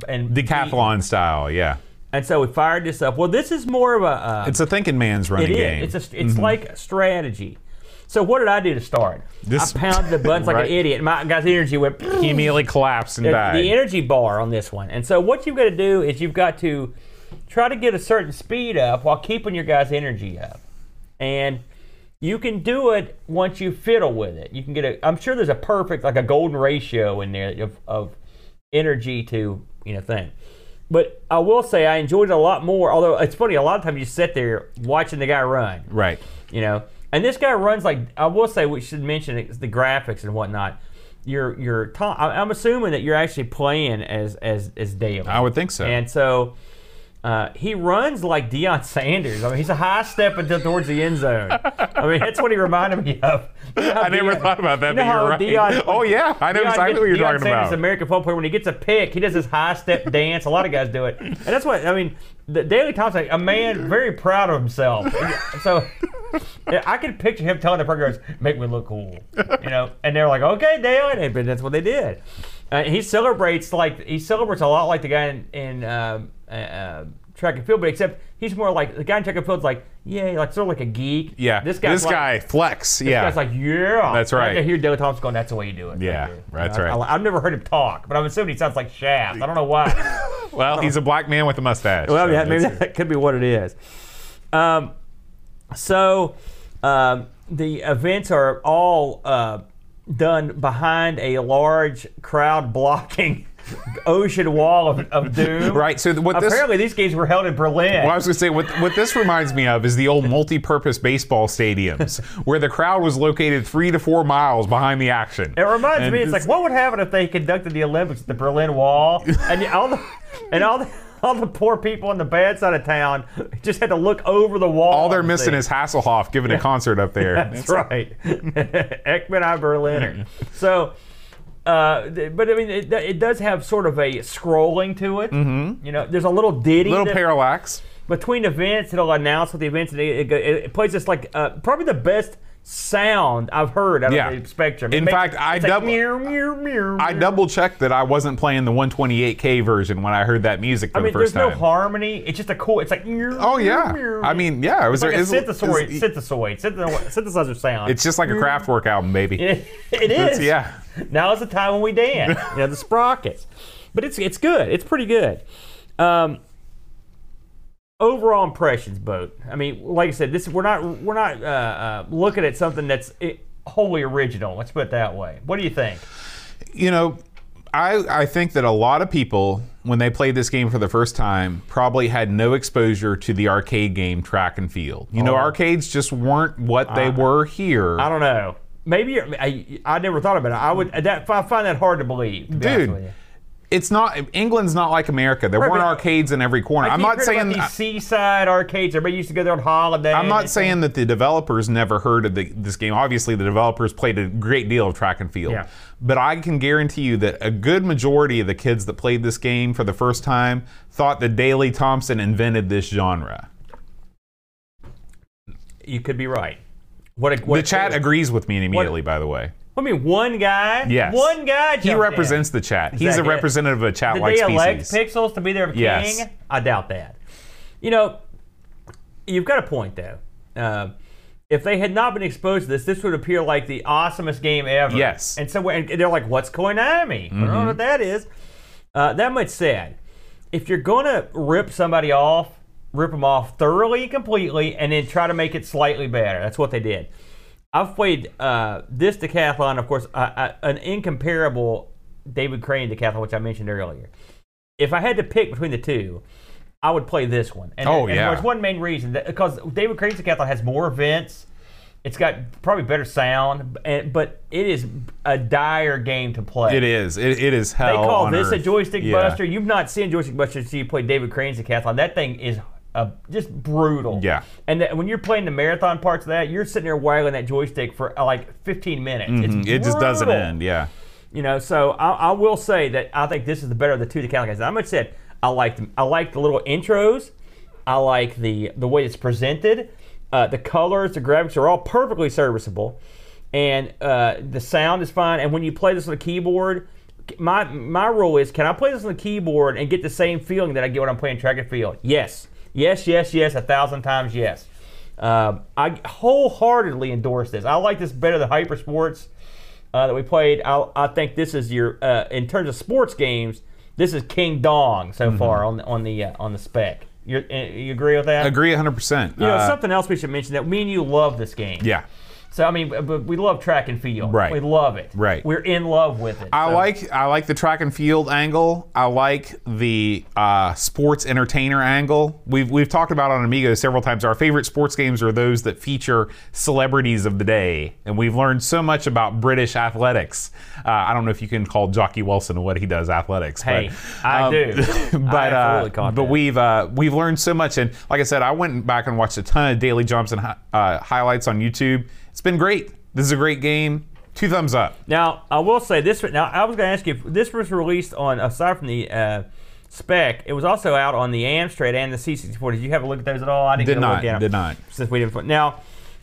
S2: and beaten.
S1: Decathlon style. Yeah.
S2: And so we fired this up. Well, this is more of a. Uh,
S1: It's a thinking man's
S2: it
S1: running
S2: is.
S1: game. Mm-hmm.
S2: It's a, it's like a strategy. So what did I do to start?
S1: This-
S2: I pounded the buttons like
S1: Right.
S2: an idiot. My guy's energy went.
S1: he immediately collapsed and
S2: the-
S1: died.
S2: the energy bar on this one. And so what you've got to do is you've got to try to get a certain speed up while keeping your guy's energy up. and you can do it once you fiddle with it. You can get a. I'm sure there's a perfect like a golden ratio in there of, of energy to you know thing. But I will say I enjoyed it a lot more. Although it's funny, a lot of times you sit there watching the guy run,
S1: Right.
S2: you know. And this guy runs like I will say we should mention it, the graphics and whatnot. You're you're ta- I- I'm assuming that you're actually playing as as as Dale.
S1: I would think so.
S2: And so uh, he runs like Deion Sanders. I mean, he's a high step until towards the end zone. I mean, that's what he reminded me of.
S1: I never thought about that,
S2: you know
S1: but you're
S2: how
S1: right.
S2: Deion-
S1: oh yeah, I know exactly what you're talking
S2: Sanders,
S1: about.
S2: American football player, when he gets a pick, he does his high step dance. A lot of guys do it, and that's what I mean. The Daily Thompson, a man very proud of himself. So yeah, I can picture him telling the programmers, "Make me look cool," you know, and they're like, "Okay, Dale," and but that's what they did. Uh, he celebrates like he celebrates a lot like the guy in, in um, uh, uh, track and field, but except he's more like the guy in track and field's like, "Yeah," like sort of like a geek.
S1: yeah.
S2: this guy's like,
S1: guy flex. yeah.
S2: Guy's like, yeah.
S1: That's
S2: And
S1: right.
S2: I hear Dylan Thompson going, that's the way you do it.
S1: Yeah,
S2: there."
S1: that's
S2: I-
S1: right.
S2: I, have never heard him talk, but I'm assuming he sounds like Shaft. I don't know why.
S1: well, he's a black man with a mustache.
S2: uh, well,
S1: so
S2: yeah, maybe
S1: that's-
S2: that could be what it is. Um, so um, the events are all uh, done behind a large crowd blocking ocean wall of, of doom.
S1: Right. So th- what this
S2: Apparently, these games were held in Berlin.
S1: Well, I was going to say, what, what this reminds me of is the old multi purpose baseball stadiums where the crowd was located three to four miles behind the action.
S2: It reminds
S1: And
S2: me, it's like, what would happen if they conducted the Olympics at the Berlin Wall, and you- all the, and all the, all the poor people on the bad side of town just had to look over the wall.
S1: all they're
S2: and
S1: missing
S2: see.
S1: is Hasselhoff giving a concert up there. It's-
S2: That's right, Ekman I Berliner. so, uh, th- but I mean, it, it does have sort of a scrolling to it. You know, there's a little
S1: Mm-hmm.
S2: ditty,
S1: Little
S2: that-
S1: parallax.
S2: between events, it'll announce what the events, and it, it, go- it plays this like uh, probably the best. Sound I've heard out
S1: Yeah.
S2: of the spectrum.
S1: In fact, I
S2: it's like,
S1: double-
S2: meow, meow, meow,
S1: I
S2: meow.
S1: double checked that I wasn't playing the 128K version when I heard that music for
S2: I
S1: the
S2: mean,
S1: first
S2: there's
S1: time.
S2: no harmony. It's just a cool. It's like.
S1: oh, yeah. I mean, yeah. It was
S2: it's like a
S1: it's-
S2: synthesoid,
S1: it's-
S2: synthesoid, synthesoid, synthesizer sound.
S1: It's just like a Kraftwerk album, baby.
S2: it
S1: It's-
S2: is.
S1: yeah.
S2: Now is the time when we dance. you know, the sprockets. But it's it's good. It's pretty good. Um, overall impressions, boat. I mean, like I said, this we're not we're not uh, uh, looking at something that's eh, wholly original. Let's put it that way. What do you think?
S1: you know, I, I think that a lot of people, when they played this game for the first time, probably had no exposure to the arcade game track and field. You know, arcades just weren't what they were here.
S2: Oh. I don't know. Maybe you're, I, I never thought about it. I would that I find that hard to believe. To be honest
S1: Dude,
S2: with you.
S1: it's not, England's not like America. There weren't
S2: but-
S1: arcades in every corner. I'm
S2: You
S1: not
S2: heard about
S1: saying.
S2: these seaside arcades. Everybody used to go there on holiday.
S1: I'm not saying that the developers never heard of the, this game. Obviously, the developers played a great deal of track and field.
S2: Yeah.
S1: But I can guarantee you that a good majority of the kids that played this game for the first time thought that Daley Thompson invented this genre.
S2: you could be right. What a what
S1: the chat
S2: A,
S1: agrees with me immediately, by the way.
S2: I mean, one guy.
S1: Yes.
S2: One guy.
S1: He
S2: jumped
S1: represents the chat. He's a
S2: Exactly.
S1: representative of a chat
S2: In. Did
S1: like
S2: they elect
S1: species.
S2: pixels to be their king?
S1: Yes.
S2: I doubt that. You know, you've got a point though. Uh, if they had not been exposed to this, this would appear like the awesomest game ever.
S1: Yes. Mm-hmm.
S2: And so and they're like, "What's Konami? I don't know what that is." Uh, that much said, if you're gonna rip somebody off, rip them off thoroughly, and completely, and then try to make it slightly better. That's what they did. I've played uh, this decathlon, of course, I, I, an incomparable David Crane decathlon, which I mentioned earlier. If I had to pick between the two, I would play this one. And,
S1: Oh,
S2: and
S1: yeah.
S2: There's one main reason that, because David Crane's decathlon has more events. It's got probably better sound, and, but it is a dire game to play.
S1: It is. It, it is hell.
S2: They call
S1: on
S2: this a
S1: earth.
S2: joystick
S1: Yeah.
S2: buster. You've not seen joystick buster until you play David Crane's decathlon. That thing is uh, just brutal.
S1: Yeah.
S2: And that, when you're playing the marathon parts of that, you're sitting there waggling that joystick for uh, like 15 minutes. It's
S1: Mm-hmm. It just doesn't
S2: brutal.
S1: end. Yeah.
S2: You know, so I, I will say that I think this is the better of the two decathlon games. I much said I like I like the little intros. I like the the way it's presented. Uh, the colors, the graphics are all perfectly serviceable, and uh, the sound is fine. And when you play this on a keyboard, my my rule is: can I play this on the keyboard and get the same feeling that I get when I'm playing track and field? Yes, yes, yes, yes, a thousand times yes. Um, I wholeheartedly endorse this. I like this better than Hyper Sports uh, that we played. I, I think this is your
S1: Mm-hmm.
S2: uh, in terms of sports games. This is King Dong so far on on the uh, on the spec. You're, uh, you agree with that?
S1: Agree 100%.
S2: You know,
S1: Uh,
S2: something else we should mention that me and you love this game.
S1: yeah.
S2: So I mean, b- b- we love track and field.
S1: Right.
S2: We love it.
S1: Right.
S2: We're in love with it.
S1: I
S2: So-
S1: like I like the track and field angle. I like the uh, sports entertainer angle. We've we've talked about on Amigo several times. Our favorite sports games are those that feature celebrities of the day, and we've learned so much about British athletics. Uh, I don't know if you can call Jockey Wilson and what he does athletics.
S2: Hey,
S1: but, um,
S2: I do.
S1: but
S2: I
S1: uh,
S2: absolutely caught
S1: but
S2: that.
S1: we've uh, we've learned so much, and like I said, I went back and watched a ton of Daily Johnson hi- uh, highlights on YouTube. It's been great. This is a great game. Two thumbs up.
S2: Now, I will say this. Now, I was going to ask you if this was released on, aside from the uh, spec, it was also out on the Amstrad and the C64. Did you have a look at those at all? I didn't
S1: Did
S2: get a
S1: not,
S2: Look at 'em
S1: did not.
S2: Since we didn't. Now,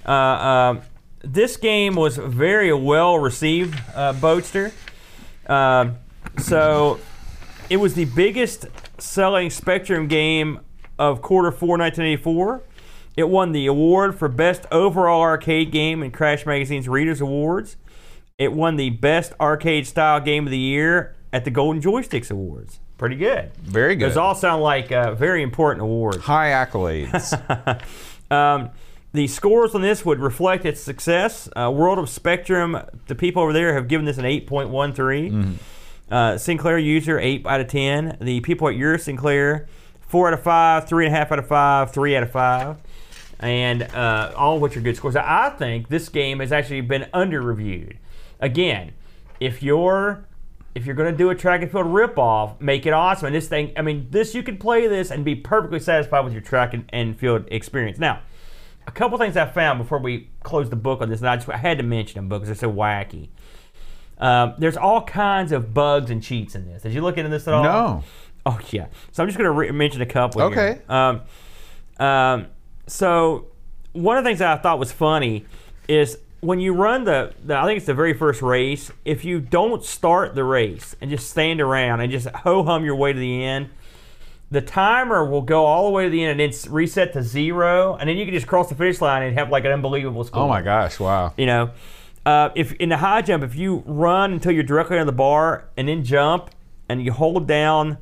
S2: uh, um this game was very well received, uh, Boatster. Um so, it was the biggest selling Spectrum game of quarter four 1984. It won the award for Best Overall Arcade Game in Crash Magazine's Readers Awards. It won the Best Arcade Style Game of the Year at the Golden Joysticks Awards. Pretty good.
S1: Very good.
S2: Those all sound like uh, very important awards.
S1: High accolades.
S2: Um, the scores on this would reflect its success. Uh, World of Spectrum, the people over there have given this an 8.13. Uh, Sinclair user, 8 out of 10. The people at your Sinclair, 4 out of 5, 3.5 out of 5, 3 out of 5. And uh, all which are good scores. I think this game has actually been under reviewed. Again, if you're if you're going to do a track and field ripoff, make it awesome. And this thing, I mean, this you can play this and be perfectly satisfied with your track and, and field experience. Now, a couple things I found before we close the book on this, and I just I had to mention them because they're so wacky. Um, there's all kinds of bugs and cheats in this. Did you look into this at all?
S1: No.
S2: Oh yeah. So I'm just going to re- mention a couple.
S1: Okay.
S2: Here. Um, um, so one of the things that I thought was funny is when you run the, the I think it's the very first race. If you don't start the race and just stand around and just ho hum your way to the end, the timer will go all the way to the end and then s- reset to zero, and then you can just cross the finish line and have like an unbelievable score.
S1: oh my gosh! Wow.
S2: You know, uh, if in the high jump, if you run until you're directly on the bar and then jump and you hold down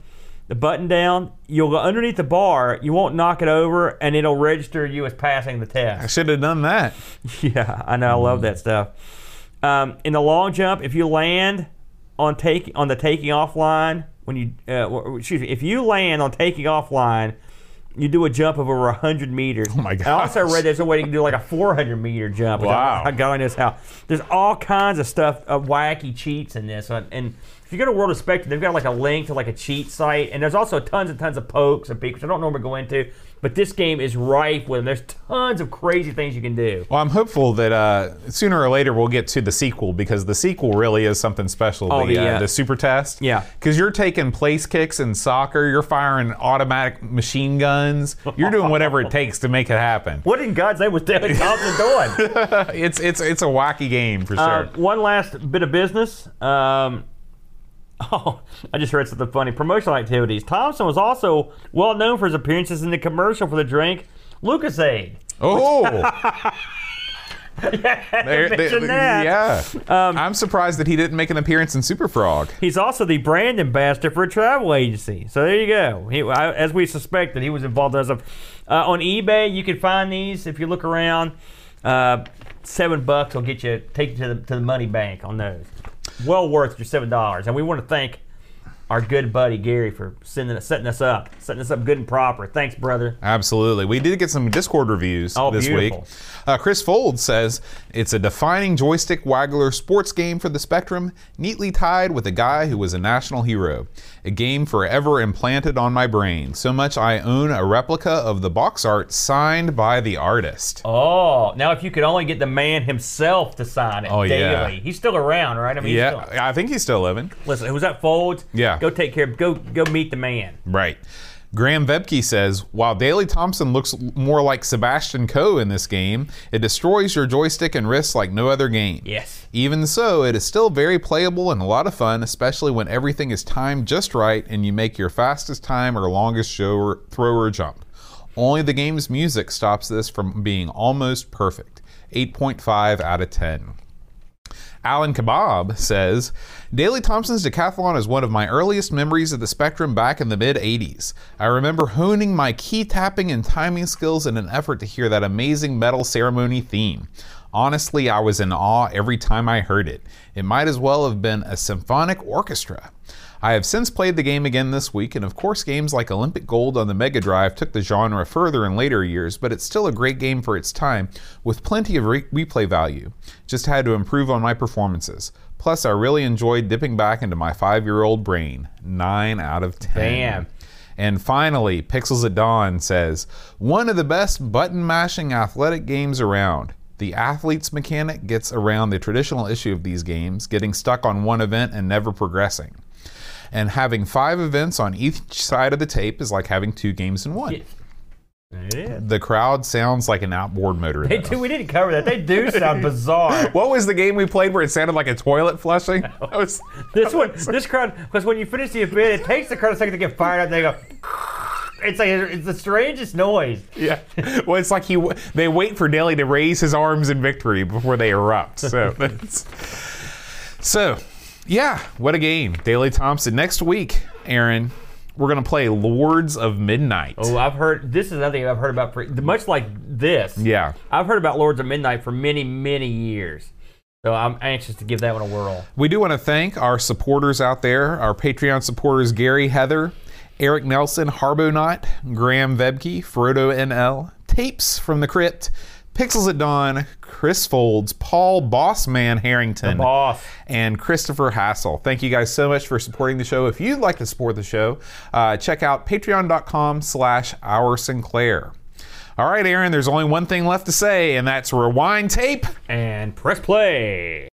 S2: the button down, you'll go underneath the bar. You won't knock it over, and it'll register you as passing the
S1: I
S2: test.
S1: should have done that.
S2: yeah, I know. I love
S1: Mm-hmm.
S2: that stuff. Um, in the long jump, if you land on take on the taking off line, when you uh, w- excuse me, if you land on taking off line. You do a jump of over 100 meters. Oh
S1: my
S2: I also
S1: gosh.
S2: read there's a way you can do like a 400 meter jump. which I-
S1: Wow.
S2: I God knows how. There's all kinds of stuff, uh, wacky cheats in this. And, and if you go to World of Spectrum, they've got like a link to like a cheat site. And there's also tons and tons of pokes and peeks. I don't normally go into, but this game is rife with them. There's tons of crazy things you can do.
S1: Well, I'm hopeful that uh, sooner or later we'll get to the sequel because the sequel really is something special.
S2: Oh,
S1: the,
S2: the,
S1: uh,
S2: uh,
S1: the super test.
S2: Yeah.
S1: Because you're taking place kicks in soccer, you're firing automatic machine guns, you're doing whatever it takes to make it happen.
S2: What in God's name was David Thompson doing?
S1: It's it's it's a wacky game for sure.
S2: Um, one last bit of business. Um, oh, I just read something funny. Promotional activities. Thompson was also well known for his appearances in the commercial for the drink LucasAid.
S1: oh. There- there-
S2: Mention that.
S1: Yeah.
S2: Um,
S1: I'm surprised that he didn't make an appearance in Super Frog.
S2: He's also the brand ambassador for a travel agency. So there you go. He, I, as we suspected, he was involved in some. Uh, on eBay, you can find these if you look around. Uh, seven bucks will get you take you to the to the money bank on those. Well worth your seven dollars. And we want to thank our good buddy Gary for sending us, setting us up, setting us up good and proper. Thanks, brother.
S1: Absolutely. We did get some Discord reviews
S2: Oh,
S1: this
S2: beautiful.
S1: week. Uh, Chris Fold says it's a defining joystick waggler sports game for the Spectrum, neatly tied with a guy who was a national hero. A game forever implanted on my brain. So much I own a replica of the box art signed by the artist.
S2: Oh, now if you could only get the man himself to sign it
S1: Oh,
S2: daily,
S1: yeah.
S2: he's still around, right? I mean, he's
S1: yeah,
S2: still-
S1: I think he's still living.
S2: listen, who's that? Folds.
S1: Yeah.
S2: Go take care. of Go go meet the man.
S1: Right. Graham Vebke says, while Daley Thompson looks l- more like Sebastian Coe in this game, it destroys your joystick and wrists like no other game.
S2: Yes.
S1: Even so, it is still very playable and a lot of fun, especially when everything is timed just right and you make your fastest time or longest show- thrower jump. Only the game's music stops this from being almost perfect. 8.5 out of 10. Alan Kebab says Daley Thompson's decathlon is one of my earliest memories of the spectrum back in the mid 80s. I remember honing my key tapping and timing skills in an effort to hear that amazing metal ceremony theme. Honestly, I was in awe every time I heard it. It might as well have been a symphonic orchestra. I have since played the game again this week, and of course, games like Olympic Gold on the Mega Drive took the genre further in later years, but it's still a great game for its time with plenty of re- replay value. Just had to improve on my performances. Plus, I really enjoyed dipping back into my five year old brain. 9 out of 10.
S2: Damn.
S1: And finally, Pixels at Dawn says one of the best button mashing athletic games around. The athlete's mechanic gets around the traditional issue of these games, getting stuck on one event and never progressing. And having five events on each side of the tape is like having two games in one.
S2: Yeah. It is.
S1: The crowd sounds like an outboard motor.
S2: They
S1: though.
S2: do, we didn't cover that. They do sound bizarre.
S1: What was the game we played where it sounded like a toilet flushing? That was-
S2: This one, this crowd, because when you finish the event, it takes the crowd a second to get fired up. They go, it's like it's the strangest noise.
S1: yeah. Well, it's like he w- they wait for Daly to raise his arms in victory before they erupt. So that's so. Yeah, what a game, Daly Thompson. Next week, Aaron, we're gonna play Lords of Midnight.
S2: Oh, I've heard this is another thing I've heard about for much like this.
S1: Yeah.
S2: I've heard about Lords of Midnight for many, many years. So I'm anxious to give that one a whirl.
S1: We do want to thank our supporters out there, our Patreon supporters Gary Heather, Eric Nelson, Harbonot, Graham Vebke, Frodo NL, Tapes from the Crypt, Pixels at Dawn, Chris Folds, Paul Bossman Harrington,
S2: Boss.
S1: and Christopher Hassel. Thank you guys so much for supporting the show. If you'd like to support the show, uh, check out patreon.com slash our Sinclair. All right, Aaron, there's only one thing left to say, and that's rewind tape.
S2: And press play.